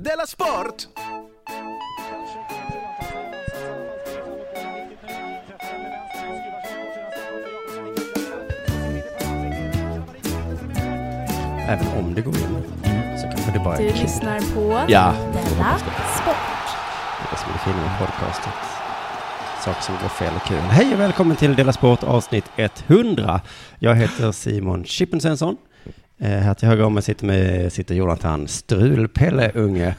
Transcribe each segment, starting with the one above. Della Sport! Även om det går in så kanske det bara Du är lyssnar på Ja, Della Sport. det är som det fina med podcastet. Saker som går fel och kul. Hej och välkommen till Dela Sport avsnitt 100. Jag heter Simon Chippen Svensson. Eh, här till höger om mig sitter, med, sitter Jonathan Strulpelle Unge.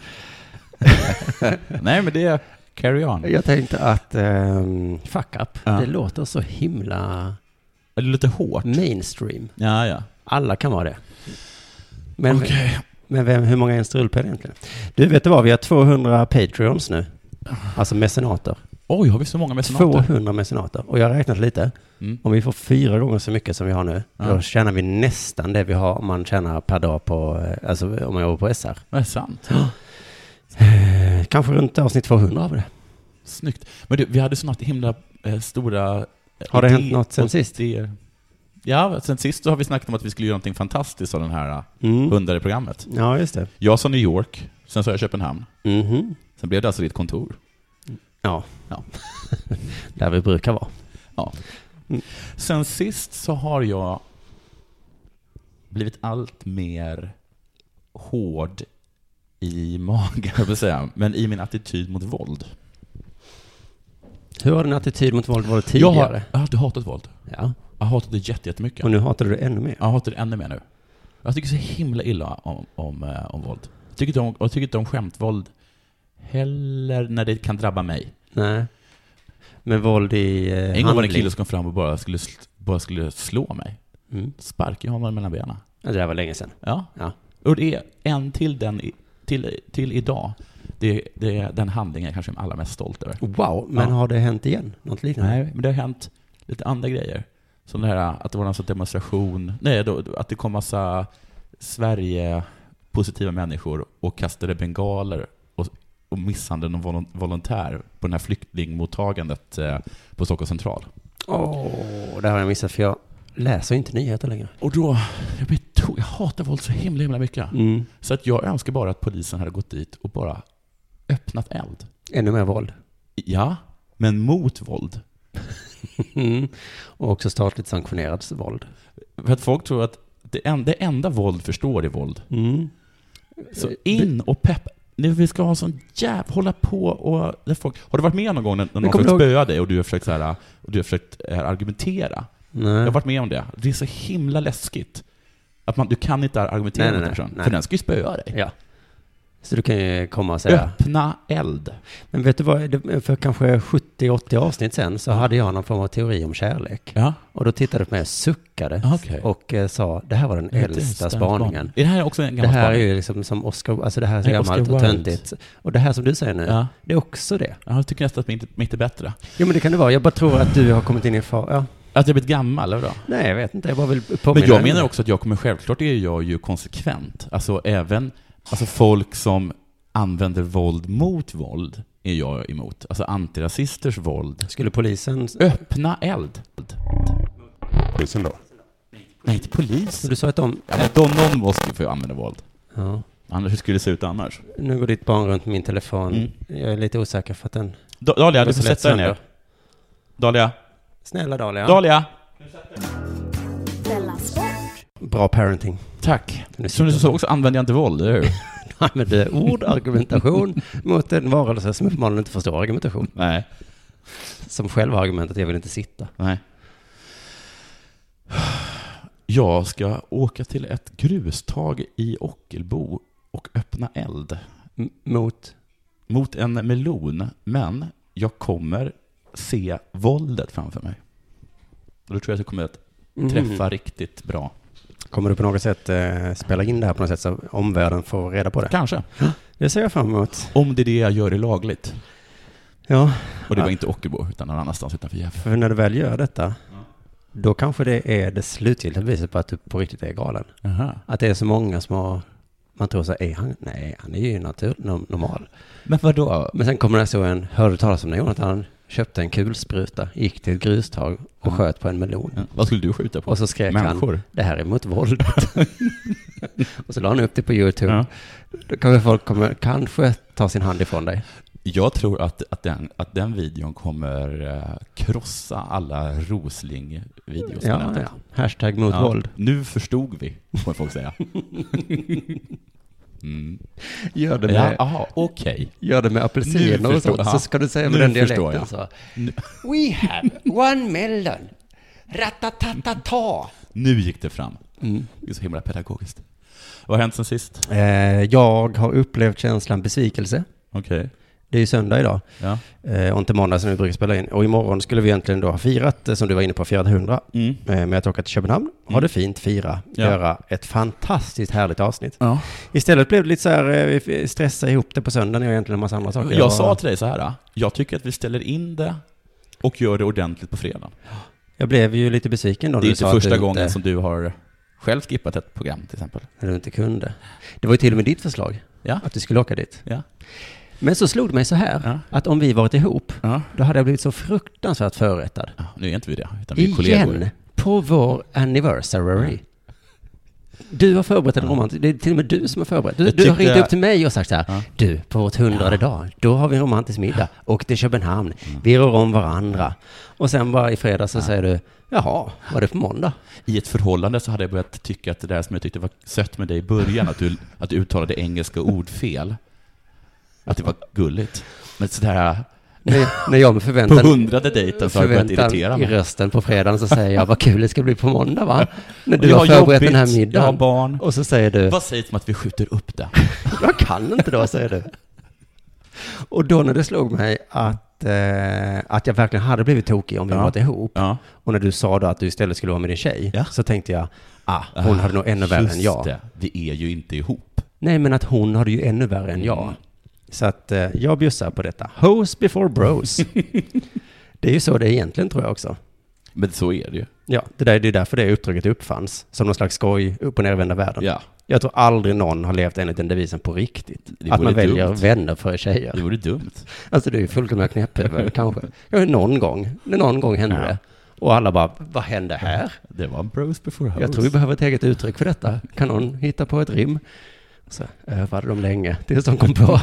Nej, men det är carry on. Jag tänkte att ehm, fuck up, Ja. det låter så himla Det är lite hårt. mainstream. Ja, ja. Alla kan vara det. Men, men vem, hur många är en strulpelle egentligen? Du, vet du vad? Vi har 200 Patreons nu. Alltså mecenater. Oj, har vi så många mecenater? 200 mecenater. Och jag har räknat lite. Mm. Om vi får fyra gånger så mycket som vi har nu, då Ja. tjänar vi nästan det vi har om man tjänar per dag på, eh, alltså om man jobbar på SR. Det är sant. Eh, kanske runt avsnitt 200 av det. Snyggt. Men du, vi hade sådana himla eh, stora... eh, Har det idéer hänt något sen och sist? idéer. Ja, sen sist så har vi snackat om att vi skulle göra någonting fantastiskt av den här Mm. hundrade programmet. Ja, just det. Jag sa New York, sen sa jag Köpenhamn. Mhm. Sen blev det alltså ditt kontor. Ja. Ja. Där vi brukar vara. Sen sist så har jag blivit allt mer hård i magen, jag vill säga, men i min attityd mot våld. Hur har din attityd mot våld varit Jag har, tidigare? jag har alltid hatat våld. Ja. Jag har hatat det jätte- jättemycket. Och nu hatar du det ännu mer? Jag hatar det ännu mer nu. Jag tycker så himla illa om, om, eh, om våld. Jag tycker, inte om, jag tycker inte om skämtvåld heller när det kan drabba mig. Nej. Men våld i eh, En gång var det en handling? kille som kom fram och bara skulle, sl- bara skulle slå mig. Mm. Sparkade honom mellan benen. Ja, Det där var länge sedan. Ja. Ja. Och det är en till, den, i- till, till idag. Det, det är den handlingen jag kanske är allra mest stolt över. Wow, men Ja. har det hänt igen? Något liknande? Nej, men det har hänt lite andra grejer. Som det här att det var någon sån demonstration. Nej, då, att det kom massa Sverige-positiva människor och kastade bengaler och, och misshandlade någon volon- volontär på den här flyktingmottagandet eh, på Stockholms central. Åh, det har jag missat för jag läser inte nyheter längre. Och då, jag, blir to- jag hatar våld så himla, himla mycket. Mm. Så att jag önskar bara att polisen hade gått dit och bara öppnat eld. Ännu mer våld. Ja, men mot våld. Mm. Och också statligt sanktionerat våld. För att folk tror att det enda, det enda våld förstår är våld. Mm. Så in och pepp. Nu, vi ska ha sån jävla... Hålla på och... Där folk, har du varit med någon gång när, när någon kommer försökt du spöa dig och du har försökt, så här, och du har försökt eh, argumentera? Jag Nej. har varit med om det. Det är så himla läskigt. Att man, du kan inte argumentera Nej, nej, mot den nej, personen, nej. för den ska ju spöa dig. Ja. Så du kan ju komma och säga. Öppna eld. Men vet du vad, det- för kanske 70-80 avsnitt sen så hade jag någon form av teori om kärlek. Ja. Och då tittade du på mig och suckade. Okej. Och eh, sa, det här var den äldsta spaningen. Är det här också en Det gammal här är spaning? ju liksom som Oscar, alltså det här är så Nej, gammalt Oscar och Wilde. töntigt. Och det här som du säger nu, Ja. det är också det. Ja, Jag tycker nästan att mitt, mitt är bättre. Jo men det kan det vara, jag bara tror att du har kommit in i en fara. Ja. Att jag blivit gammal, eller vadå? Nej, jag vet inte. Jag bara vill påminna. Men jag dig. menar också att jag kommer självklart är jag ju konsekvent. Alltså även alltså folk som använder våld mot våld är jag emot. Alltså antirasisters våld. Skulle polisen... Öppna eld. Polisen då? Nej, inte polis. Du sa att de... Ja, men de, någon måste ju få använda våld. Ja. Annars, hur skulle det se ut annars? Nu går ditt barn runt min telefon. Mm. Jag är lite osäker för att den... Da- Dahlia, var du så får lätt sätta dig ner. sönder. Dahlia. Snälla Dahlia. Dahlia! Della Sport. Bra parenting. Tack. Nu Som du sitter- såg så använder jag inte våld, eller hur? Nej, men det är ord, argumentation mot en varelse som uppenbarligen inte förstår argumentation. nej. Som själv har argumentet, jag vill inte sitta. Nej. Jag ska åka till ett grustag i Ockelbo och öppna eld M- mot... mot en melon, men jag kommer se våldet framför mig. Och då tror jag att jag kommer att Mm. träffa riktigt bra. Kommer du på något sätt eh, spela in det här på något sätt så omvärlden får reda på det? Kanske. Det ser jag fram emot. Om det är det jag gör är lagligt. Ja, Och det var Ja. inte Ockelbo, utan någon annanstans utanför Gävle. för när du väl gör detta, då kanske det är det slutgiltiga beviset på att du på riktigt är galen. Aha. Att det är så många som har... Man tror så här, är han... Nej, han är ju natur, norm- normal. Men vadå? Men sen kommer det så en, hörde du talas om det Jonathan? köpte en kulspruta, gick till ett grustag och Ja. sköt på en melon. Ja. Vad skulle du skjuta på? Och så skrek Människor. han, det här är mot våldet. och så la han upp det på YouTube. Ja. Då kommer folk kommer, kanske ta sin hand ifrån dig. Jag tror att, att, den, att den videon kommer eh, krossa alla Rosling-videos på Ja, nätet. ja. Hashtag mot Ja. våld. Nu förstod vi, får folk säga. Mm. Gör det Ja, med, Eh, aha, okej. gör det med Nu apelsiner och förstår sånt, jag. så ska du säga med Nu den förstår dialekten. jag. Så. Nu- We have one melon. Ratatatata. Nu gick det fram. Mm. Det är så himla pedagogiskt. Vad har hänt sen sist? Eh, jag har upplevt känslan besvikelse. Okej. Det är ju söndag idag. Ja. Eh, och inte måndag som vi brukar spela in. Och imorgon skulle vi egentligen då ha firat, eh, som du var inne på, firat 100. Mm. Eh, med att åka till Köpenhamn, ha det fint, fira, Ja. göra ett fantastiskt härligt avsnitt. Ja. Istället blev det lite så här, eh, vi f- stressade ihop det på söndagen och egentligen en massa andra saker. Jag sa till dig så här, jag tycker att vi ställer in det och gör det ordentligt på fredag. jag blev ju lite besviken då när Det är du inte sa att första du gången inte, som du har själv skippat ett program till exempel. när du inte kunde. Det var ju till och med ditt förslag, Ja. att du skulle åka dit. Ja. Men så slog det mig så här, Ja. att om vi varit ihop, Ja. då hade jag blivit så fruktansvärt förrättad. Ja, Nu är inte vi det, utan vi är Igen, kollegor. på vår anniversary. Du har förberett en romantisk, det är till och med du som har förberett. Du, Jag du har tyckte- ringt upp till mig och sagt så här, Ja. du, på vårt hundrade dag, då har vi en romantisk middag, och till Köpenhamn, Mm. vi rör om varandra. Och sen bara i fredags så säger du, jaha, var det på måndag? I ett förhållande så hade jag börjat tycka att det där som jag tyckte var sött med dig i början, att du, att du uttalade engelska ord fel, att det var gulligt. Men sådär, när, när jag med på förväntan, hundrade dejten så Alltså, har jag börjat irritera förväntan i mig. rösten på fredagen så säger jag, vad kul det ska bli på måndag va? När du Jag har, har förberett jobbigt, den här jag har middagen. barn. Och så säger du, Vad sägs om att vi skjuter upp det? Jag kan inte då, säger du. Och då när det slog mig att, eh, att jag verkligen hade blivit tokig om vi Ja. varit ihop. Ja. Och när du sa då att du istället skulle vara med din tjej, Ja. så tänkte jag, ah, hon hade nog ännu värre Just än jag. det, vi är ju inte ihop. Nej, men att hon hade ju ännu värre än jag. Mm. Så att eh, jag bjussar på detta. Hoes before bros. det är ju så det är egentligen tror jag också. Men så är det ju. Ja, det, där, det är därför det uppdraget uppfanns, som någon slags skoj, upp och nervända världen. Ja, Jag tror aldrig någon har levt enligt den devisen på riktigt. Det Att vore man väljer dumt. Mm. vänner före tjejer. det vore dumt. Alltså du är ju fullkomliga knäpphuvud kanske. Ja, någon gång. Någon gång hände Ja. det. Och alla bara, vad hände här? Det var bros before hoes. Jag tror vi behöver ett eget uttryck för detta. Kan någon hitta på ett rim? Så övade de länge tills de kom på.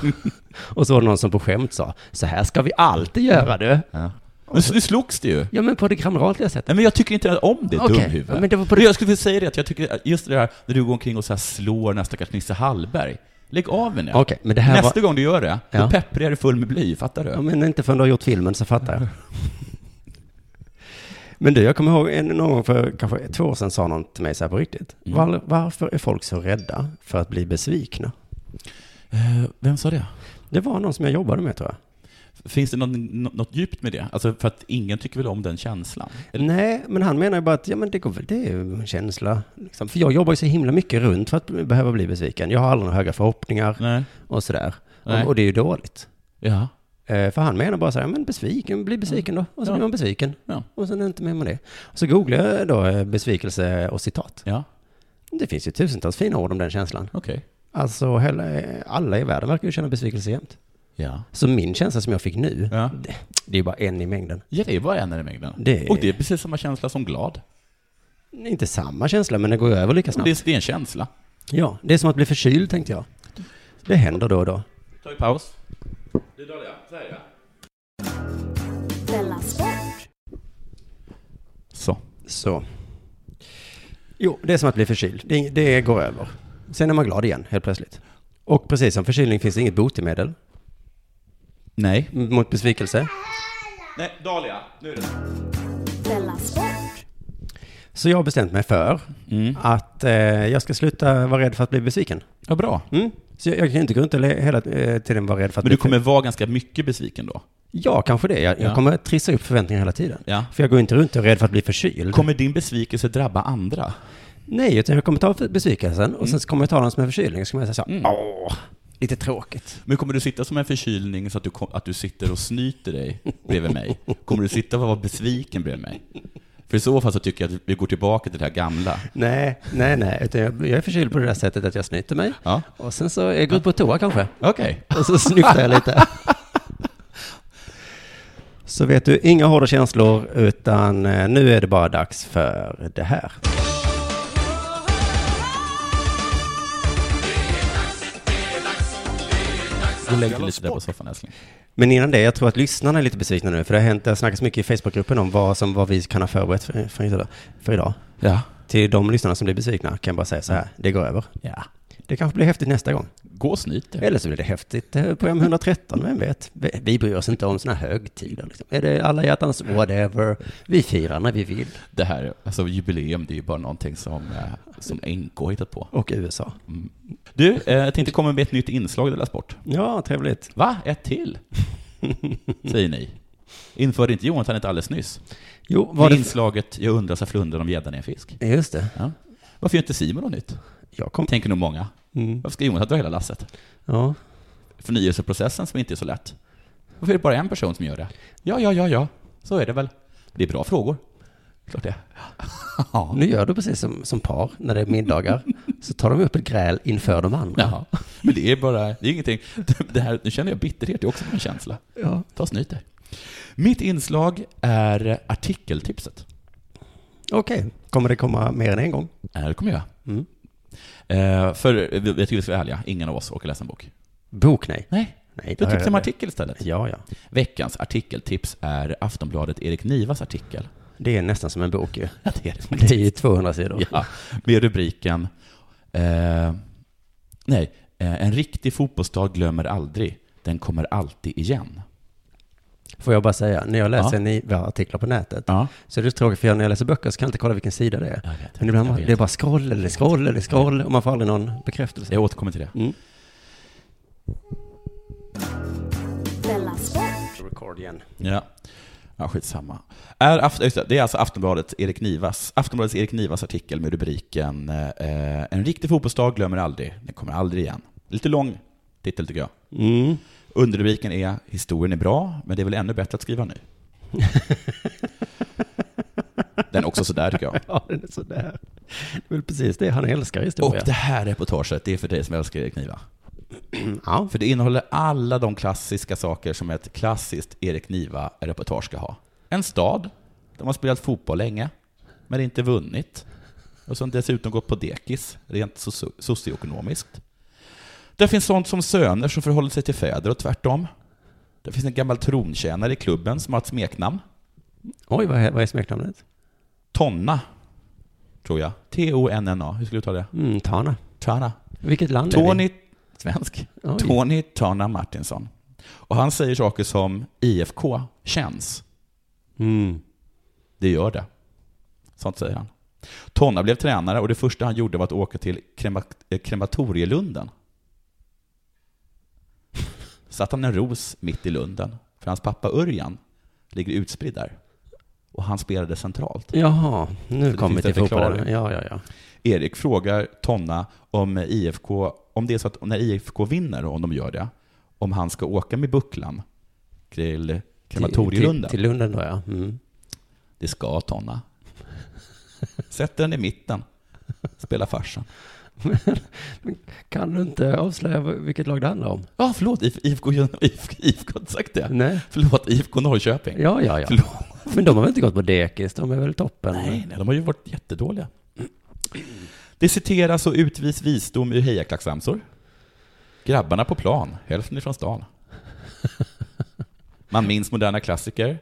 Och så var det någon som på skämt sa, så här ska vi alltid göra du. ja. Men så- nu slogs det ju. Ja men på det kamratliga sättet. Nej, men jag tycker inte om det, Okej, dumhuvud. men det var på jag skulle vilja säga det, att jag tycker att just det där när du går omkring och så här slår nästa kanske Nisse Hallberg. Lägg av med det. Okej, men det här Nästa var... gång du gör det, Ja. då pepprar jag dig full med bly, fattar du? Ja, men inte förrän du har gjort filmen så fattar jag. Men du, jag kommer ihåg en, någon gång för kanske två år sedan sa någon till mig så här på riktigt. Mm. Var, varför är folk så rädda för att bli besvikna? Eh, vem sa det? Det var någon som jag jobbade med tror jag. Finns det någon, nå- något djupt med det? Alltså, för att ingen tycker väl om den känslan? Eller? Nej, men han menar ju bara att ja, men det, går, väl- det är ju en känsla. Liksom. För jag jobbar ju så himla mycket runt för att behöva bli besviken. Jag har aldrig några höga förhoppningar Nej. och sådär. Nej. Och, och det är ju dåligt. Ja. Eh, För han menar bara så här, men besviken, bli besviken då. Och så Ja. blir man besviken. Ja. Och sen är det inte mer med det. Och så googlar jag då eh, besvikelse och citat. Ja, Det finns ju tusentals fina ord om den känslan. okej. Alltså hela, alla i världen verkar ju känna besvikelse jämt. Ja. Så min känsla som jag fick nu, Ja. det, det är ju bara en i mängden. ja, det är bara en i mängden. Det är- Och det är precis samma känsla som glad. Inte samma känsla, men den går ju över lika snabbt. Det är, det är en känsla. Ja, det är som att bli förkyld tänkte jag. Det händer då och då. Tar vi paus? Du Dahlia, så här är det. Della Sport. Så. Så. Jo, det är som att bli förkyld. Det, det går över. Sen är man glad igen, helt plötsligt. Och precis som förkylning finns det inget botemedel Nej. mot besvikelse. Nej, Dahlia, nu är det. Della Sport. Så jag har bestämt mig för Mm. att eh, jag ska sluta vara rädd för att bli besviken. Ja, bra. Mm. Så jag, jag kan ju inte gå runt och le- hela eh, tiden vara rädd för att Men bli du kommer vara ganska mycket besviken då? Ja, kanske det. Jag, jag Ja. kommer trissa upp förväntningarna hela tiden. Ja. För jag går inte runt och är rädd för att bli förkyld. Kommer din besvikelse drabba andra? Nej, utan jag kommer ta för- besvikelsen och sen Mm. så kommer jag ta den som en förkylning. Så kommer jag säga så här, åh, lite tråkigt. Men kommer du sitta som en förkylning så att du, kom, att du sitter och snyter dig bredvid mig? Kommer du sitta och vara besviken bredvid mig? För i så fall så tycker jag att vi går tillbaka till det här gamla. Nej, nej, nej, utan jag, jag är förkyld på det där sättet att jag snyter mig. Ja. Och sen så jag går ut på toa kanske. Okej. Och så snyftar jag lite. Så vet du, inga hårda känslor, utan eh, nu är det bara dags för det här. Gå och lägg dig lite där på soffan älskling. Men innan det, jag tror att lyssnarna är lite besvikna nu, för det har hänt, det har snackats mycket i Facebookgruppen om vad, som, vad vi kan ha förberett för, för, idag- för idag. Ja. Till de lyssnarna som blir besvikna kan jag bara säga så här, det går över. ja. Det kanske blir häftigt nästa gång. Gå och snyt dig. Eller så blir det häftigt eh, program 113, vem vet? Vi- Vi bryr oss inte om sådana högtider. Liksom. Är det alla hjärtans whatever? Vi firar när vi vill. Det här, alltså jubileum, det är ju bara någonting som, eh, som NK har hittat på. Och USA. Du, eh, jag tänkte komma med ett nytt inslag i Della Sport. Ja, trevligt. Va? Ett till? Säger ni. Införde inte Jonathan ett alldeles nyss? Jo, Var var det... inslaget Jag undrar så flundrar om gäddan är en fisk. Ja, Just det. Ja. Varför gör inte Simon något nytt? Jag kom... Tänker nog många. Mm. Varför ska Jonathan dra hela lasset? Ja. Förnyelseprocessen som inte är så lätt. Varför är det bara en person som gör det? Ja, ja, ja, ja. Så är det väl. Det är bra frågor. Klart det. Ja. Nu gör du precis som, som par, när det är middagar. Så tar de upp ett gräl inför de andra. Jaha. Men det är bara, det är ingenting. Det här, nu känner jag bitterhet, det är också en känsla. Ja. Ta och snyt dig. Mitt inslag är artikeltipset. Okej. Kommer det komma mer än en gång? Eh, Det kommer jag göra. Mm. Eh, för vi- jag tycker vi ska vara ärliga, ingen av oss orkar läsa en bok. Bok, nej. Nej, Nej, det då har tipsar jag- om artikel istället. Ja, ja. Veckans artikeltips är Aftonbladet Erik Nivas artikel. Det är nästan som en bok ju. Ja, det är det. Det är ju 200 sidor. Ja, med rubriken eh, Nej, eh, en riktig fotbollsdag glömmer aldrig. Den kommer alltid igen. Får jag bara säga, när jag läser Ja. ni artiklar på nätet, Ja. så är det så tråkigt för jag, när jag läser böcker så kan jag inte kolla vilken sida det är. Jag vet, Men ibland jag bara, vet. det är bara scroll eller scroll eller scroll och man får aldrig någon bekräftelse. Jag återkommer till det. Mm. Della Sport, Record igen. Ja. Ja, skitsamma. Är Aft- just det, det är alltså Aftonbladet Erik Nivas, Aftonbladets Erik Nivas artikel med rubriken eh, ”En riktig fotbollsdag glömmer aldrig, den kommer aldrig igen”. Lite lång titel tycker jag. Mm. Underrubriken är ”Historien är bra, men det är väl ännu bättre att skriva nu”. den är också sådär tycker jag. Ja, den är sådär. Det är väl precis det han älskar Och historia. det här reportaget, det är för dig som älskar Erik Niva. Mm, Ja. För det innehåller alla de klassiska saker som ett klassiskt Erik Niva-reportage ska ha. En stad, de har spelat fotboll länge, men inte vunnit. Och som dessutom gått på dekis, rent socio- socioekonomiskt. Det finns sånt som söner som förhåller sig till fäder och tvärtom. Det finns en gammal trontjänare i klubben som har ett smeknamn. Oj, vad är, vad är smeknamnet? Tonna, tror jag. T-O-N-N-A. Hur skulle du ta det? Mm, Tana. Tana. Vilket land är vi? Tony, svensk, Oj. Tony Tana Martinsson. Och han säger saker som IFK känns, Mm. det gör det. Sånt säger han. Tonna blev tränare och det första han gjorde var att åka till krema, eh, krematorielunden. Satt han en ros mitt i lunden, för hans pappa Örjan ligger utspridd där. Och han spelade centralt. Jaha, nu det kommer vi finns till en fotbollen. förklaring. Ja, ja, ja. Erik frågar Tonna om IFK, om det är så att när IFK vinner, om de gör det, om han ska åka med bucklan till Till, krematorielunden. till Lunden då, ja. Mm. Det ska Tonna. Sätter den i mitten. Spelar farsen. Kan du inte avslöja vilket lag det handlar om? Ja, förlåt, IF- IFK, Jön- IFK, IFK har inte sagt det. Nej. Förlåt, IFK Norrköping. Ja, ja, ja. Förlåt. Men de har väl inte gått på dekis? De är väl toppen? Nej, nej, de har ju varit jättedåliga. Det citeras och utvis visdom ur hejaklacksramsor. Grabbarna på plan, hälften ifrån stan. Man minns moderna klassiker.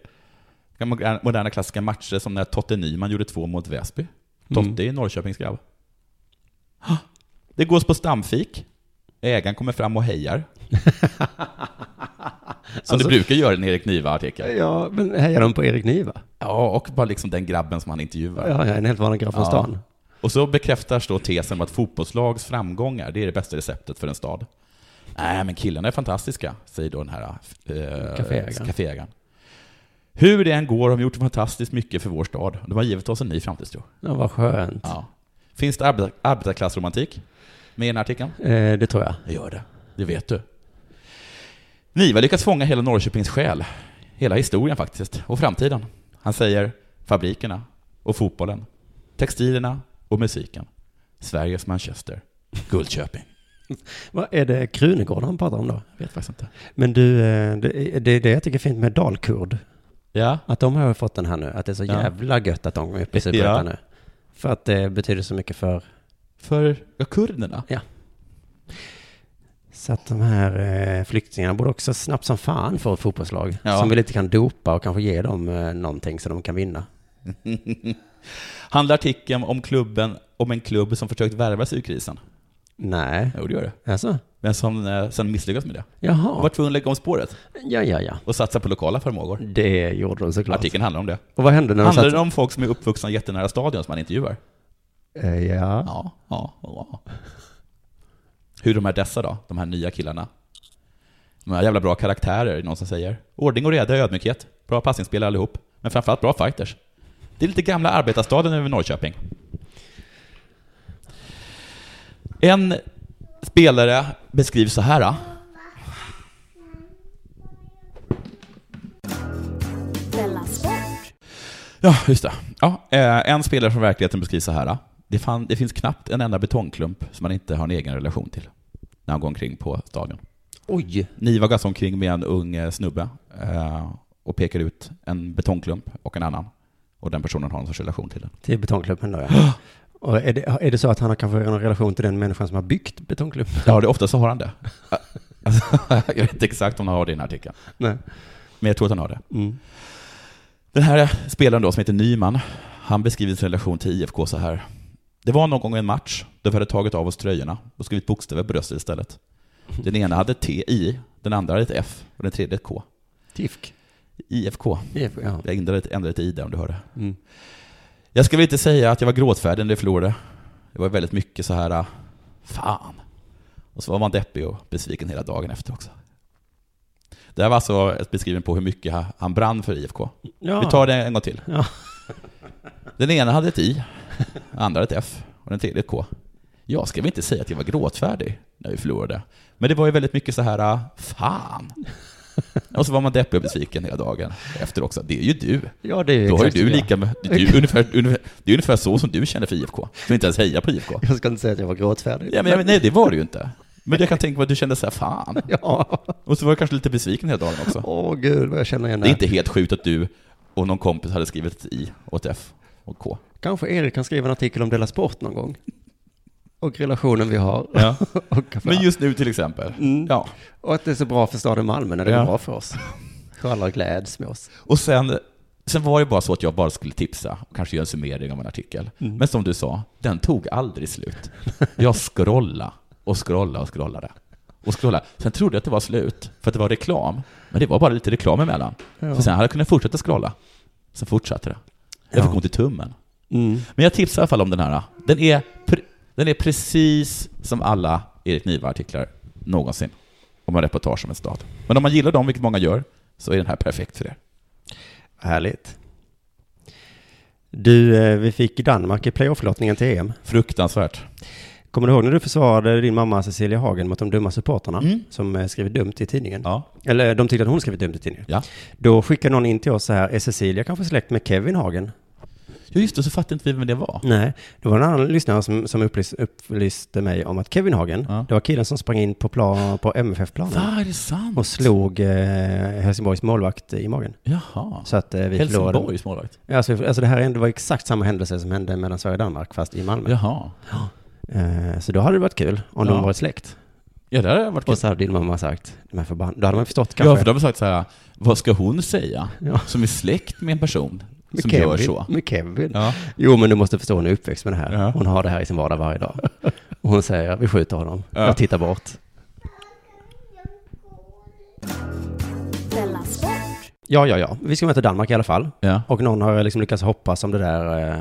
Moderna- Moderna klassiska matcher som när Totte Nyman gjorde två mot Väsby. Mm. Totte är Norrköpings grabb. Ha! Det gås på stamfik. Ägaren kommer fram och hejar. Som Alltså- det brukar göra i en Erik Niva-artikel. Ja, men hejar de på Erik Niva? Ja, och bara liksom den grabben som han intervjuar. Ja, ja, en helt vanlig grabb från Ja. stan. Och så bekräftas då tesen om att fotbollslags framgångar, det är det bästa receptet för en stad. Nej, men killarna är fantastiska, säger då den här eh, Caféägaren. caféägaren. Hur det än går har de gjort fantastiskt mycket för vår stad. De har givit oss en ny framtidstro. Ja, vad skönt. Ja. Finns det arbetar, arbetarklassromantik med i den här artikeln? Eh, det tror jag. Det gör det. Det vet du. Niva lyckas fånga hela Norrköpings själ. Hela historien faktiskt. Och framtiden. Han säger fabrikerna och fotbollen. Textilerna och musiken. Sveriges Manchester. Guldköping. Vad är det Krunegård han pratar om då? Jag vet faktiskt inte. Men du, eh, det det är det jag tycker är fint med dalkurd. Ja. Att de har fått den här nu, att det är så Ja. jävla gött att de är uppe i Superettan nu. För att det betyder så mycket för... För ja, kurderna? Så att de här eh, flyktingarna borde också snabbt som fan få ett fotbollslag. Ja. Som vi lite kan dopa och kanske ge dem eh, någonting så de kan vinna. Handlar artikeln om klubben, om en klubb som försökt värva sig ur krisen? Nej. Jo, det gör det. Alltså? Men som eh, sen misslyckats med det. Jaha. Var tvungen att lägga om spåret Ja, ja, ja. och satsa på lokala förmågor. Det gjorde de såklart. Artikeln handlar om det. Och vad hände när de Handlar satt... det om folk som är uppvuxna jättenära stadion som man intervjuar? Eh, ja. Ja, ja, ja. Hur de är dessa då, de här nya killarna? De här jävla bra karaktärer, är det någon som säger. Ordning och reda, ödmjukhet, bra passningsspelare allihop, men framförallt bra fighters. Det är lite gamla arbetarstaden över Norrköping. En spelare beskrivs så här. Då. Della Sport! Ja, just det. Ja, eh, en spelare från verkligheten beskrivs så här. Det, fan, det finns knappt en enda betongklump som man inte har en egen relation till när han går omkring på stadion. Oj. Niva gasade omkring med en ung eh, snubbe eh, och pekade ut en betongklump och en annan. Och den personen har en sorts relation till den. Till betongklubben då ja. Och är det, är det så att han har kanske någon relation till den människan som har byggt betongklubben? Ja, det, ofta så har han det. Alltså, jag vet inte exakt om han har det i den här artikeln, Nej. men jag tror att han har det. Mm. Den här spelaren då, som heter Nyman, han beskriver sin relation till IFK så här. Det var någon gång en match då vi hade tagit av oss tröjorna och skrivit bokstäver på bröstet istället. Den ena hade TI, den andra hade ett F och den tredje ett K. TIFK. IFK. Ja. Jag ändrade, ändrade till ID om du hörde. Mm. Jag ska väl inte säga att jag var gråtfärdig när vi förlorade. Det var väldigt mycket så här, ah, fan. Och så var man deppig och besviken hela dagen efter också. Det här var alltså ett beskrivning på hur mycket ha- han brann för IFK. ja. Vi tar det en gång till. Ja. Den ena hade ett I, den andra ett F och den tredje ett K. Jag ska väl inte säga att jag var gråtfärdig när vi förlorade. Men det var ju väldigt mycket så här, ah, fan. Och så var man deppig och besviken hela dagen efter också. Det är ju du. Ja, det är Då har ju exakt du det. lika med, du, är ungefär, ungefär, det är ungefär så som du känner för IFK. Du får inte ens heja på IFK. Jag ska inte säga att jag var gråtfärdig. Ja, men, jag- nej, det var det ju inte. Men jag kan tänka mig att du kände så här, fan. Ja. Och så var du kanske lite besviken hela dagen också. Åh gud vad jag känner igen Det är det. inte helt sjukt att du och någon kompis hade skrivit ett I och ett F och K. Kanske Erik kan skriva en artikel om Della Sport någon gång. Och relationen vi har. Ja. Mm. och, Men just nu till exempel. Ja. och att det är så bra för staden Malmö när det Ja. går bra för oss. Så alla gläds med oss. Och sen, sen var det bara så att jag bara skulle tipsa och kanske göra en summering av en artikel. Mm. Men som du sa, den tog aldrig slut. Jag scrollade och scrollade och scrollade. Och scrollade. Sen trodde jag att det var slut, för att det var reklam. Men det var bara lite reklam emellan. Ja. Så sen hade jag kunnat fortsätta scrolla. Sen fortsatte det. Jag fick Ja. ont i tummen. Mm. Men jag tipsar i alla fall om den här. Den är, pre- den är precis som alla Erik Niva-artiklar någonsin. Om en reportage om en stad. Men om man gillar dem, vilket många gör, så är den här perfekt för er. Härligt. Du, eh, vi fick Danmark i playoff-lottningen till EM. Fruktansvärt. Kommer du ihåg när du försvarade din mamma Cecilia Hagen mot de dumma supportrarna Mm. som eh, skrev dumt i tidningen? Ja. Eller de tyckte att hon skrev dumt i tidningen. ja. Då skickade någon in till oss så här, är Cecilia kanske släkt med Kevin Hagen? Ja, just det, så fattade inte vi vem det var. Nej, det var en annan lyssnare som, som upplys, upplyste mig om att Kevin Hagen, Ja. det var killen som sprang in på, plan, på MFF-planen Va, är det sant? och slog eh, Helsingborgs målvakt i magen. Jaha. Så att eh, vi förlorade. Helsingborgs målvakt? Alltså, vi- alltså det här är- det var exakt samma händelse som hände mellan Sverige och Danmark, fast i Malmö. Jaha. Eh, så då hade det varit kul om Ja. de varit släkt. Ja, det hade varit kul. Och så hade din mamma sagt, de är förban-" då hade man förstått Ja, kanske. för de har sagt så här, vad ska hon säga? Ja. Som är släkt med en person med som Kevin, gör så. Med Kevin. Ja. Jo, men du måste förstå, hon är uppväxt med det här. Ja. Hon har det här i sin vardag varje dag. Och hon säger, vi skjuter honom. Ja. Jag tittar bort. Della Sport! Ja, ja, ja. Vi ska möta Danmark i alla fall. Ja. Och någon har liksom lyckats hoppas om det där, eh,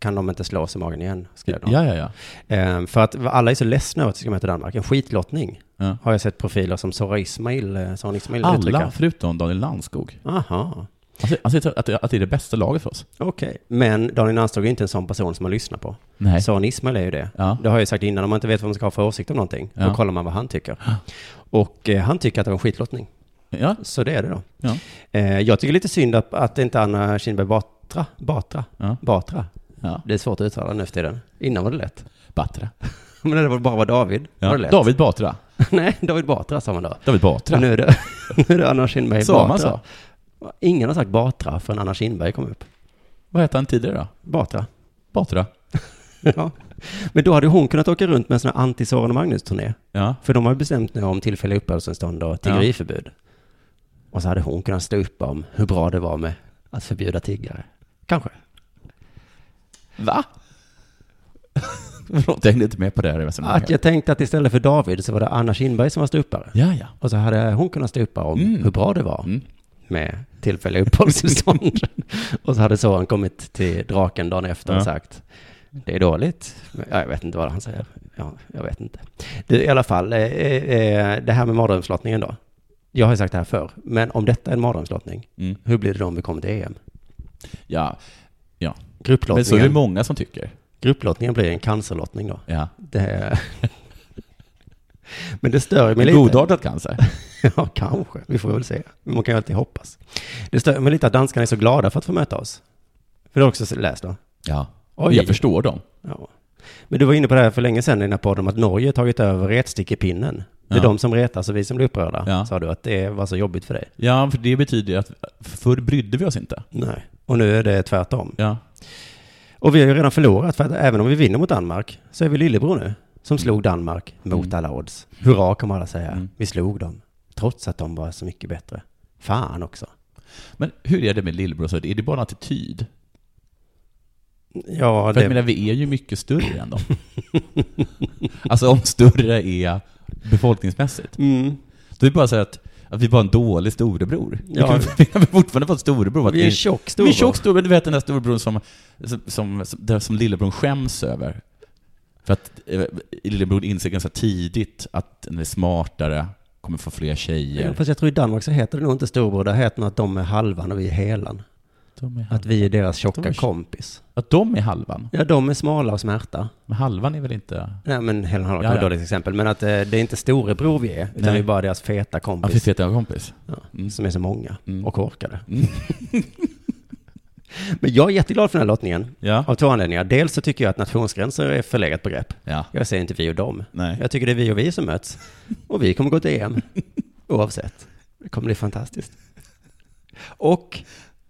kan de inte slå oss i magen igen, skrev de. Ja, ja, ja. Eh, för att alla är så ledsna över att vi ska möta Danmark. En skitlottning. Ja. Har jag sett profiler som Sara Ismail, eh, Sara Ismail Alla uttrycka. förutom Daniel Landskog. Alltså, Aha, Han säger- Han säger att det- att det är det bästa laget för oss. okej. Men Daniel Nanstog är inte en sån person som man lyssnar på. Nej. Sara Ismail är ju det. Ja. Det har jag ju sagt innan, om man inte vet vad man ska ha för åsikt om någonting, Ja. då kollar man vad han tycker. Och eh, han tycker att det var en skitlottning. Ja. Så det är det då. Ja. Eh, jag tycker lite synd att, att inte Anna Kinberg Batra, Batra, Ja. Batra, ja. det är svårt att uttala nu för tiden. Innan var det lätt. Batra. Men när det var- bara var David, var Ja. det lätt. David Batra. Nej, David Batra sa man då. David Men Batra. Nu är det, nu är det Anna Kinberg Sa man Batra. så? Ingen har sagt Batra förrän Anna Kinberg kom upp. Vad hette han tidigare då? Batra. Batra? ja. Men då hade hon kunnat åka runt med en sån här anti-Soran och Magnus-turné. Ja. För de har ju bestämt nu om tillfälliga uppehållstillstånd och tiggeriförbud. Och så hade hon kunnat stå upp om hur bra det var med att förbjuda tiggare. Kanske. Va? Förlåt, jag hängde inte med på det här Att resonemanget. jag tänkte att istället för David så var det Anna Kinberg som var ståuppare. Ja, ja. Och så hade hon kunnat stå upp om Mm. hur bra det var Mm. med tillfälliga uppehållstillstånd. och så hade Soran kommit till draken dagen efter och Ja. sagt det är dåligt. Men, Ja, jag vet inte vad han säger. Ja, jag vet inte. Du, i alla fall, eh, eh, det här med mardrömslottningen då. Jag har ju sagt det här förr, men om detta är en mardrömslottning, Mm. hur blir det då om vi kommer till E EM? ja. Men så är det Grupplottningen, många som tycker. grupplottningen blir en cancerlottning då. Ja. Det är... men det stör mig Men lite. godartad cancer. Ja, kanske. Vi får väl se. Men Man kan ju alltid hoppas. Det stör mig lite att danskarna är så glada för att få möta oss. För det har jag också läst då. Ja. Oj. Jag förstår dem. Ja. Men du var inne på det här för länge sedan i den här podden om att Norge tagit över retstickepinnen. Det är Ja. de som retas och vi som blir upprörda, Ja. sa du, att det var så jobbigt för dig. Ja, för det betyder ju att förr brydde vi oss inte. Nej. Och nu är det tvärtom. Ja. Och vi har ju redan förlorat, för att även om vi vinner mot Danmark så är vi lillebror nu, som slog Danmark mot alla odds. Hurra, kommer alla säga. Mm. Vi slog dem, trots att de var så mycket bättre. Fan också. Men hur är det med lillebror? Så Är det bara en attityd? Ja, För jag menar, vi är ju mycket större än dem. alltså om större är befolkningsmässigt. Mm. Då är det bara så att, att vi bara är en dålig storebror. Ja. Vi, kan, vi kan väl fortfarande vara storebror? Att Vi är en tjock Vi är storebror. en tjock storebror. Du vet den där storebror som, som, som, som, där som lillebror skäms över. För att eh, lillebror inser ganska tidigt att den är smartare, kommer få fler Ja, tjejer. fast jag tror i Danmark så heter det nog inte storbror, det heter nog att de är halvan och vi är helan. De är halva. Att vi är deras De tjocka är- kompis. Att de är halvan? Ja, de är smala och smärta. Men halvan är väl inte... Nej, men helan har Ja, ett ja. dåligt exempel. Men att eh, det är inte storebror vi är, utan Nej. vi är bara deras feta Ja, finns kompis. det inte en kompis? Ja, Mm. Som är så många Mm. och korkade. Mm. Men jag är jätteglad för den här lottningen. Ja. Av två anledningar. Dels så tycker jag att nationsgränser är ett förlegat begrepp. Ja. Jag säger inte vi och dem. Nej. Jag tycker det är vi och vi som möts. Och vi kommer gå till EM. Oavsett. Det kommer bli fantastiskt. Och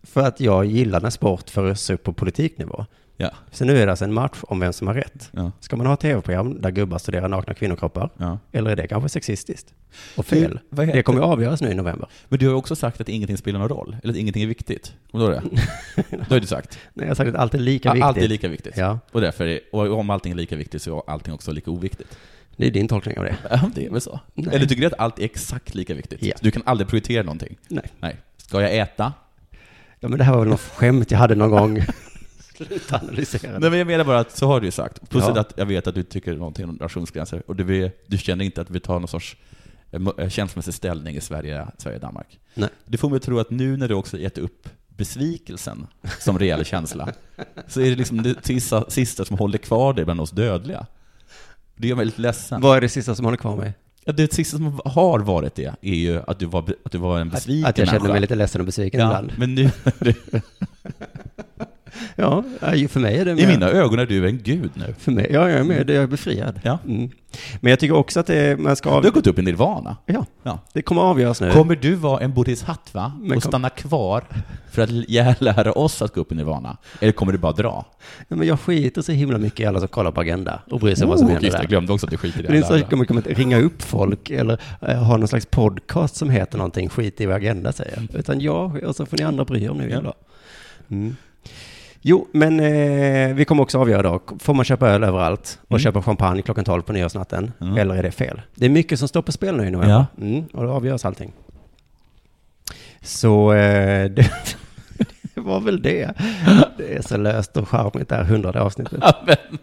för att jag gillar när sport förs upp på politiknivå. Ja. Så nu är det alltså en match om vem som har rätt. Ja. Ska man ha ett tv-program där gubbar studerar nakna kvinnokroppar? ja. Eller är det kanske sexistiskt? Och fel? Du, vad heter- Det kommer ju avgöras nu i november. Men du har ju också sagt att ingenting spelar någon roll, eller att ingenting är viktigt. Kommer du ihåg det? Det har du sagt. Nej, jag har sagt att allt är lika Ja, viktigt. Allt är lika viktigt. Ja, Och därför, är, och om allting är lika viktigt så är allting också lika oviktigt. det är din tolkning av det. Ja, det är väl så? Nej. Eller tycker du att allt är exakt lika viktigt? Ja. Så Du kan aldrig prioritera någonting? Nej. Nej. Ska jag äta? Ja, men det här var väl något skämt jag hade någon gång. Sluta analysera. Nej men jag menar bara att så har du ju sagt. Plus Ja. att jag vet att du tycker någonting om nationsgränser. Och du, är- du känner inte att vi tar någon sorts eh, mo- eh, känslomässig ställning i Sverige, Sverige och Danmark. Nej. Det får mig att tro att nu när du också gett upp besvikelsen som reell känsla, så är det liksom det sista, sista som håller kvar dig bland oss dödliga. Det gör mig lite ledsen. Vad är det sista som håller kvar mig? Ja, det sista som har varit det är ju att du var, be- att du var en besviken Att jag känner människa. mig lite ledsen och besviken ja, ibland. Men nu, Ja, för mig är det i mer- mina ögon är du en gud nu. För mig, ja, jag är med, jag är befriad. Ja. Mm. Men jag tycker också att det, man ska Du har av... gått upp i nirvana. Eh. Ja, Ja. det kommer avgöras nu. Kommer du vara en bodhisattva Men kom- och stanna kvar för att lä- lära oss att gå upp i nirvana? Eller kommer du bara dra? Ja, men jag skiter så himla mycket i alla som kollar på Agenda och bryr sig om vad som Oh, händer just det, där. jag glömde också att du skiter i Men det är alla så att jag andra. kommer kommer att ringa upp folk eller eh, ha någon slags podcast som heter någonting skit i vad Agenda säger. Utan jag, och så får ni andra bry er om ni vill. då. Mm. Jo, men eh, vi kommer också avgöra då, får man köpa öl överallt och köpa champagne klockan 12 på nyårsnatten? Eller är det fel? Det är mycket som står på spel nu i november. Mm, och då avgörs allting. Så eh, det, det var väl det. Det är så löst och charmigt det här hundrade avsnittet. Amen.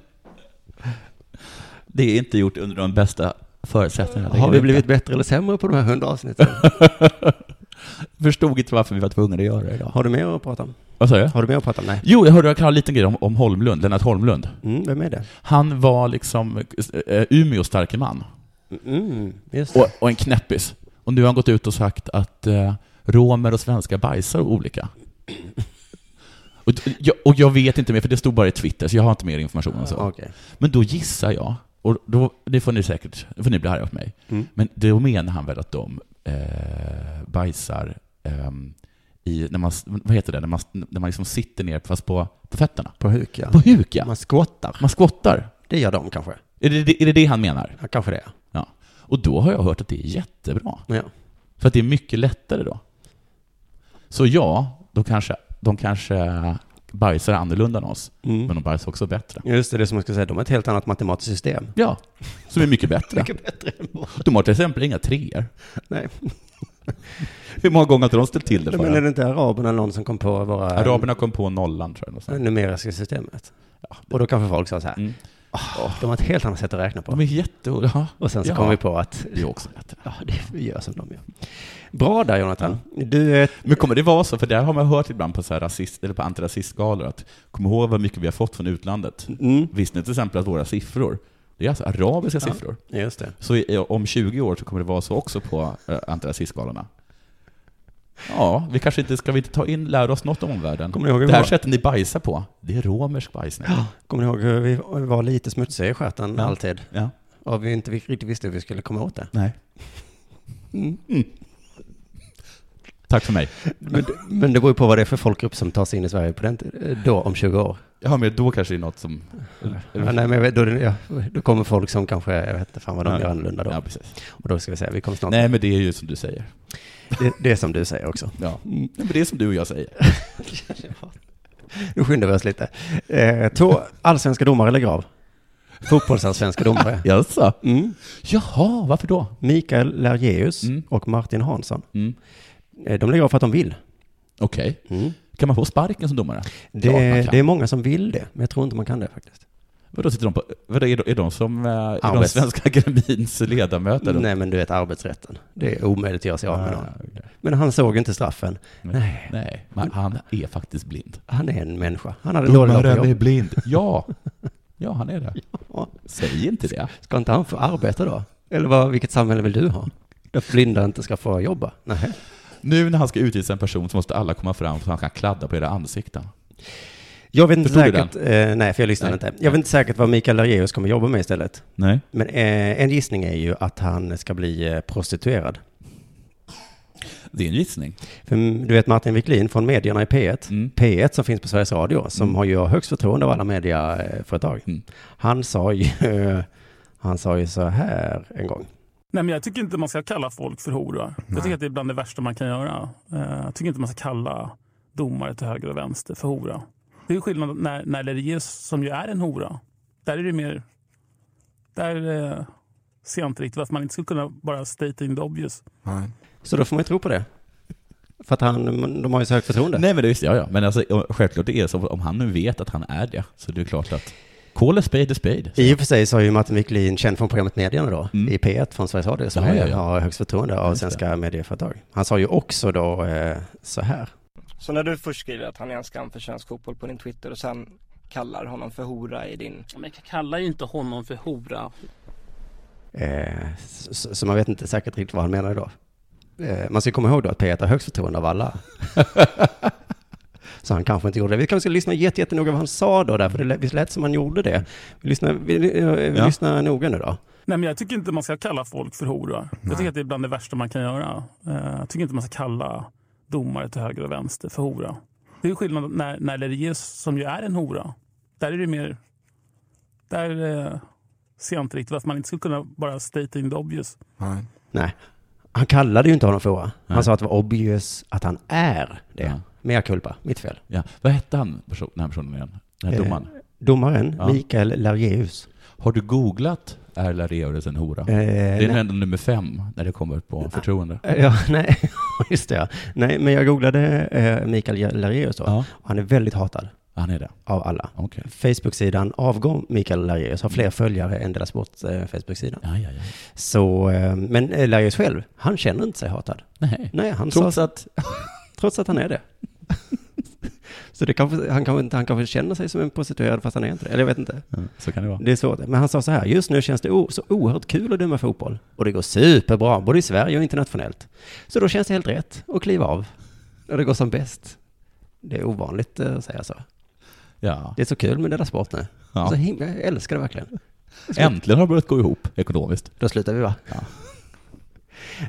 Det är inte gjort under de bästa förutsättningarna. Har vi blivit bättre eller sämre på de här hundra avsnitten? Förstod inte varför vi var tvungna att göra det idag. Har du mer att prata om? Vad sa jag? Har du mer att prata om? Nej. Jo, jag hörde jag kan ha en liten grej om, om Holmlund, Lennart Holmlund. Mm, vem är det? Han var liksom eh, Umeås starke man. Mm, just Och, och en knäppis. Och nu har han gått ut och sagt att eh, romer och svenskar bajsar olika. Och, jag, och jag vet inte mer, för det stod bara i Twitter, så jag har inte mer information än så. Okej. Men då gissar jag, och då, det får ni säkert, det får ni bli arga på mig, men då menar han väl att de eh, bajsar ehm, i, när man, vad heter det, när man, när man liksom sitter ner fast på, på fötterna. På huk, ja. På huk, ja. Man skottar. Man skottar. Det gör de kanske. Är det, det- är det det han menar? Ja, kanske det. Ja. Och då har jag hört att det är jättebra. Ja. Ja. För att det är mycket lättare då. Så ja, de kanske, de kanske bajsar annorlunda än oss, men de bajsar också bättre. Mm. Just det, det är som man ska säga, de har ett helt annat matematiskt system. Ja, som är mycket bättre. Mycket bättre än vår. De har till exempel inga treor. Nej, Hur många gånger har inte de ställt till det för men är en? det inte araberna eller någon som kom på våra Araberna kom på nollan tror jag. någonstans. numeriska systemet? Och då kanske folk sa så här, Mm. "Ah, de har ett helt annat sätt att räkna på. De är jättehårda. Ja. Och sen så Ja. kom vi på att, Det är också bättre. ja, det gör som de gör. Bra där, Jonathan. Du är Men kommer det vara så? För där har man hört ibland på, så här rasist, eller på antirasistgalor att kom ihåg vad mycket vi har fått från utlandet. Mm. Visste ni till exempel att våra siffror, det är alltså arabiska siffror. Just det. Så i- om 20 år så kommer det vara så också på eh, antirasistgalorna. Ja, vi kanske inte ska vi inte ta in, lära oss något om omvärlden. Kommer ni ihåg hur det här det var? sättet ni bajsar på, det är romersk bajsning. Kommer ni ihåg hur vi var lite smutsiga i stjärten Ja. alltid? Ja. Och vi inte riktigt visste hur vi skulle komma åt det. Nej. Mm. Tack för mig. Men, men det beror ju på vad det är för folkgrupp som tar sig in i Sverige på den t- då om 20 år. Ja, men då kanske det är något som... Mm. Ja, nej, men jag vet, då, är det- ja, då kommer folk som kanske, jag vet inte fan vad de Ja. gör annorlunda då. Ja, precis. Och då ska vi säga, vi kommer snart. Nej, men det är ju som du säger. Det, det är som du säger också. Ja. Nej, Men det är som du och jag säger. Nu skyndar vi oss lite. Eh, två allsvenska domare lägger av. Fotbollsallsvenska domare. Jaså? Mm. Jaha, varför då? Mikael Lergeus Mm. och Martin Hansson. Mm. Eh, de lägger av för att de vill. Okej. Mm. Kan man få sparken som domare? Det, Klart man kan. det är många som vill det, men jag tror inte man kan det faktiskt. Vadå sitter de på? Vadå, är, de, är de som... eh, Är de Arbets- Svenska Akademiens ledamöter? Nej, men du vet arbetsrätten. Det är omöjligt att göra sig av med någon. Ah, okej. Men han såg inte straffen. Nej, Nej, men han är faktiskt blind. han är en människa. Han hade dålig dag på jobb. blind. Ja. Ja, han är det. Ja. Säg inte det. Ska inte han få arbeta då? Eller vad, vilket samhälle vill du ha? Där blinda inte ska få jobba? Nej. Nu när han ska utvisa en person så måste alla komma fram så han kan kladda på era ansikten. Jag vet inte Förstod du säkert, eh, nej för jag lyssnade Nej. inte. Jag vet inte säkert vad Mikael Lareus kommer jobba med istället. Nej. Men eh, en gissning är ju att han ska bli eh, prostituerad. Det är en gissning. För mm, du vet Martin Wiklin från medierna i P1, Mm. P1 som finns på Sveriges Radio, som har ju högst förtroende av alla mediaföretag. Mm. Han sa ju, han sa ju så här en gång. Nej, men jag tycker inte man ska kalla folk för hora. Jag tycker att det är bland det värsta man kan göra. Eh, Jag tycker inte man ska kalla domare till höger och vänster för hora. Det är ju skillnad när, när Lerius, som ju är en hora, där är det mer... Där eh, ser jag inte riktigt varför man inte skulle kunna bara stating the obvious. Så då får man ju tro på det. För att han, de har ju så högt förtroende. Nej, men det visste jag. Ja. Men alltså, om- självklart det är så om han nu vet att han är det, så det är klart att call a spade a spade. I och för sig så har ju Martin Wiklin, känd från programmet Medierna då, i P1 från Sveriges Radio, som Mm. Ja, är- ja, ja. har högst förtroende av svenska medieföretag. Han sa ju också då eh, så här. Så när du först skriver att han är en skam för svensk fotboll på din Twitter och sen kallar honom för hora i din... Men jag kallar ju inte honom för hora. Eh, så, så man vet inte säkert riktigt vad han menar då. Eh, man ska komma ihåg då att P1 har högst förtroende av alla. så han kanske inte gjorde det. Vi kanske ska lyssna jätte- jättenoga vad han sa då, där, för det lät, visst lät som han gjorde det. Vi lyssnar, vi, eh, vi Ja. lyssnar noga nu då. Nej, men jag tycker inte man ska kalla folk för hora. Jag tycker att det är bland det värsta man kan göra. Eh, Jag tycker inte man ska kalla domare till höger och vänster för hora. Det är ju skillnad när, när Lerius, som ju är en hora, där är det mer... Där eh, ser jag inte riktigt varför man inte skulle kunna bara stating the obvious. Nej, han kallade ju inte honom för hora. Han sa att det var obvious att han är det. Ja. Mer culpa, mitt fel. Ja. Vad hette han, person, den här personen igen? Den här Eh. domaren? Domaren, Ja. Mikael Lergeus. Har du googlat är Lareus en hora? Eh, det är nej, ändå nummer fem när det kommer på förtroende. ja, nej, just det. Ja. Nej, men jag googlade eh, Mikael Lergeus då. Ja, Han är väldigt hatad han är det. av alla. Okej. Facebook-sidan Avgå Mikael Lergeus har fler följare än Dela Sport eh, Facebook-sidan. Ja, ja, ja. Så, eh, men eh, Lergeus själv, han känner inte sig hatad. Nej. Nej, han Trots sa, att... trots att han är det. Så det kanske, han, kanske, inte- han kanske känner sig som en prostituerad fast han är inte det. Eller jag vet inte. Mm, Så kan det vara. Det är svårt. Men han sa så här, just nu känns det o- så oerhört kul att döma fotboll. Och det går superbra, både i Sverige och internationellt. Så då känns det helt rätt att kliva av. När det går som bäst. Det är ovanligt eh, att säga så. Ja. Alltså, Det är så kul med deras sport nu. Ja. Så himla, jag älskar det verkligen. Äntligen har det börjat gå ihop ekonomiskt. Då slutar vi va?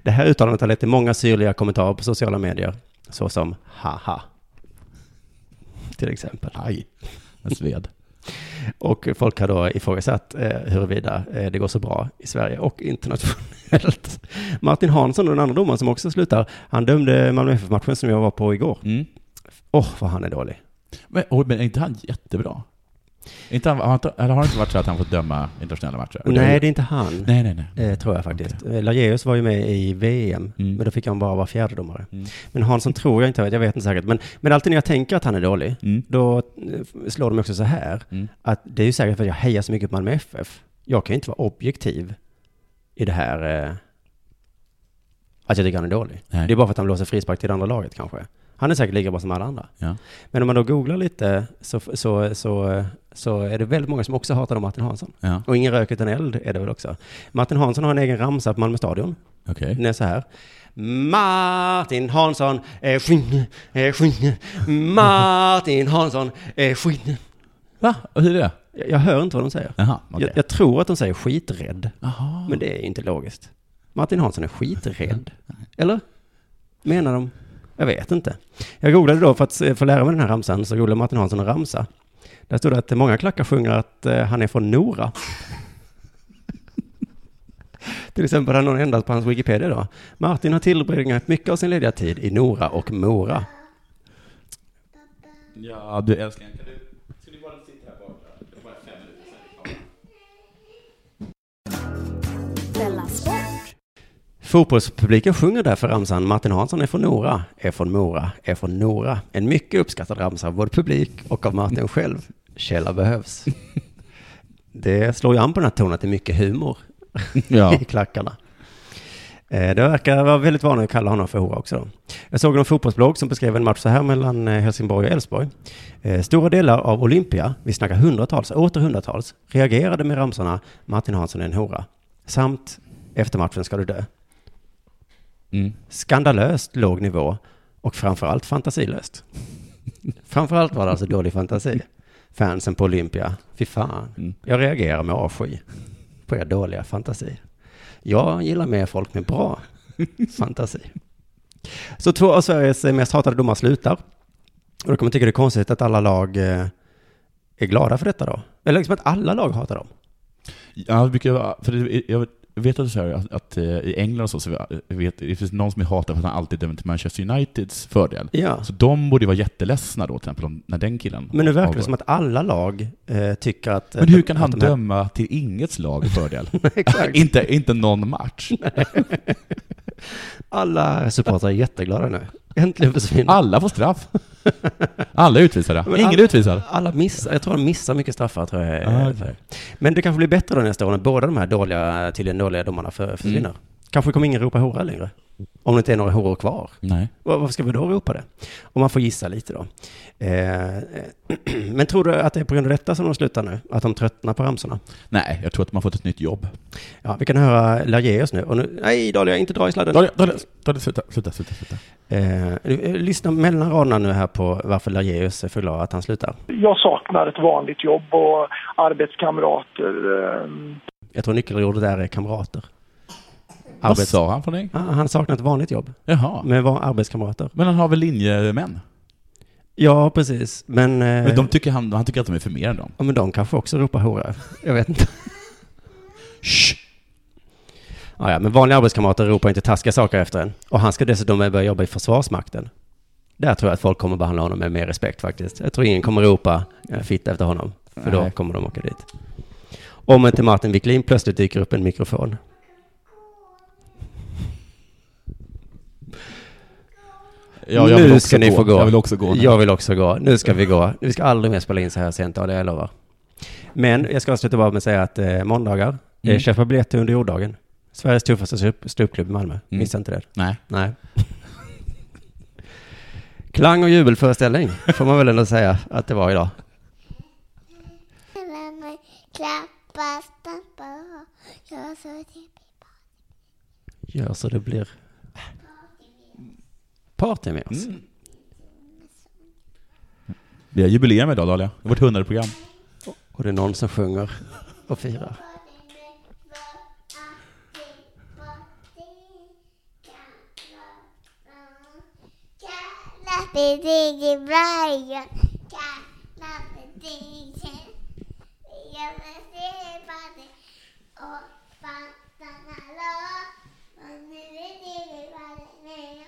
Det här uttalandet har lett till många syrliga kommentarer på sociala medier. såsom haha. Till exempel. Aj, en sved. Och folk har då ifrågasatt eh, huruvida eh, det går så bra i Sverige och internationellt. Martin Hansson, den andra domaren som också slutar, han dömde Malmö FF-matchen som jag var på igår. Mm. Åh, vad han är dålig. Men, oj, men är inte han jättebra? Är Inte han, har, han inte- eller har det inte varit så att han fått döma internationella matcher? Och Nej, det är inte han. nej, nej, nej. Eh, tror jag faktiskt. Okay. Lageus var ju med i VM, Mm. men då fick han bara vara fjärdedomare. Mm. Men Hansson tror jag inte, jag vet inte säkert. Men, men alltid när jag tänker att han är dålig, Mm. då eh, slår de också så här, Mm. att det är ju säkert för att jag hejar så mycket på Malmö FF. Jag kan ju inte vara objektiv i det här, eh, att jag tycker han är dålig. Nej. Det är bara för att han blåser frispark till det andra laget kanske. Han är säkert lika bra som alla andra. Ja. Men om man då googlar lite så, så, så, så är det väldigt många som också hatar Martin Hansson. Ja, Och ingen rök utan eld är det väl också. Martin Hansson har en egen ramsa på Malmö Stadion. okej. Den är så här. Martin Hansson är skinn, är skinn. Martin Hansson är skinn. Va? Och Hur är det? Jag, jag hör inte vad de säger. Jaha, okej. Jag, jag tror att de säger skiträdd. Jaha. Men det är ju inte logiskt. Martin Hansson är skiträdd. Eller? Menar de? Jag vet inte. Jag googlade då för att se- få lära mig den här ramsan, så googlade Martin Hansson en ramsa. Där stod det att många klackar sjunger att eh, han är från Nora. Till exempel har någon ändrat på hans Wikipedia då. Martin har tillbringat mycket av sin lediga tid i Nora och Mora. Ja, du älskling, kan du... Ska du bara sitta här borta? Det är bara fem minuter sen. Della Sport! Fotbollspubliken sjunger därför ramsan Martin Hansson är från Nora, är från Mora, är från Nora. En mycket uppskattad ramsa av både publik och av Martin själv. Källa behövs. Det slår ju an på den här tonen att det är mycket humor Ja. i klackarna. Eh, Det verkar vara väldigt vana att kalla honom för hora också. Då. Jag såg en fotbollsblogg som beskrev en match så här mellan eh, Helsingborg och Elfsborg. Eh, Stora delar av Olympia, vi snackar hundratals, åter hundratals, reagerade med ramsorna Martin Hansson är en hora. Samt efter matchen ska du dö. Mm. Skandalöst låg nivå och framförallt fantasilöst. framförallt var det alltså dålig fantasi. Fansen på Olympia, fy fan. Mm. Jag reagerar med avsky på er dåliga fantasi. Jag gillar mer folk med bra fantasi. Så två av Sveriges mest hatade domar slutar. Och då kan man tycka det är konstigt att alla lag eh, är glada för detta då. Eller liksom att alla lag hatar dem. Ja, det brukar vara, för det, jag vet att, det är så här, att, att eh, i England och så, så vi- eh, vet, det finns någon som är hatad för att han alltid dömer till Manchester Uniteds fördel. Ja. Så de borde ju vara jätteledsna då, till exempel, om- när den killen Men nu verkar det avgår. som att alla lag eh, tycker att... Men hur kan att han de här- döma till ingets lag fördel? Exakt. inte, inte någon match. Alla supportrar är jätteglada nu. Äntligen försvinner. Alla får straff. Alla är utvisade. Men Ingen alla- är utvisad. alla missar, jag tror de missar mycket straffar tror jag. eh, Ja, Ah, okej. Men det kanske blir bättre då nästa år när båda de här dåliga, tydligen dåliga domarna Mm. för- försvinner. Kanske kommer ingen ropa hurra längre. Om det inte är några horor kvar. Nej. Var- Varför ska vi då ropa det? Om man får gissa lite då. Eh, eh, men tror du att det är på grund av detta som de slutar nu? Att de tröttnar på ramsorna? Nej, jag tror att man fått ett nytt jobb. Ja, vi kan höra Lageus nu. Och nu nej, Dahlia, inte dra i sladden. Daniel, Daniel, Daniel, sluta, sluta, sluta. sluta. Eh, eh, lyssna mellan raderna nu här på varför Lageus är för glad att han slutar. jag saknar ett vanligt jobb och arbetskamrater. eh, Jag tror nyckelordet där är kamrater. Vad Arbets... sa han för dig? Han han saknar ett vanligt jobb, Jaha. men Eh. var arbetskamrater. Men han har väl linjemän? Ja, precis. Men, eh, Men de tycker han, han tycker att de är för mer än dem. ja, men de kanske också ropar hora. Jag vet inte. Shh. Ja, ja, men vanliga arbetskamrater ropar inte taskiga saker efter en. Och han ska dessutom börja jobba i Försvarsmakten. Där tror jag att folk kommer behandla honom med mer respekt faktiskt. Jag tror ingen kommer ropa eh, fitta efter honom, för då Nej. kommer de åka dit. Om inte Martin Wiklin plötsligt dyker upp en mikrofon. Ja, nu vill också ska ni få gå. Jag vill också gå. nu. Jag vill också gå. Nu ska vi gå. Vi ska aldrig mer spela in så här sent, ja, det jag lovar. Men jag ska avsluta bara med att säga att eh, måndagar, eh, Mm. köpa biljetter under jorddagen. Sveriges tuffaste stup- ståuppklubb i Malmö. Mm. Missa inte det. Nej. Nej. Klang och jubelföreställning får man väl ändå säga att det var idag. Lär mig klappa, stampa, jag så till Gör så det blir party med oss. Mm. Vi har jubileum idag Dahlia. Det är vårt hundrade program. Och det är någon som sjunger och firar. botten, kan vara det ligger Brian. Kallar det ligger. Jag vill se på dig och fattarna låg. Men nu är det bara när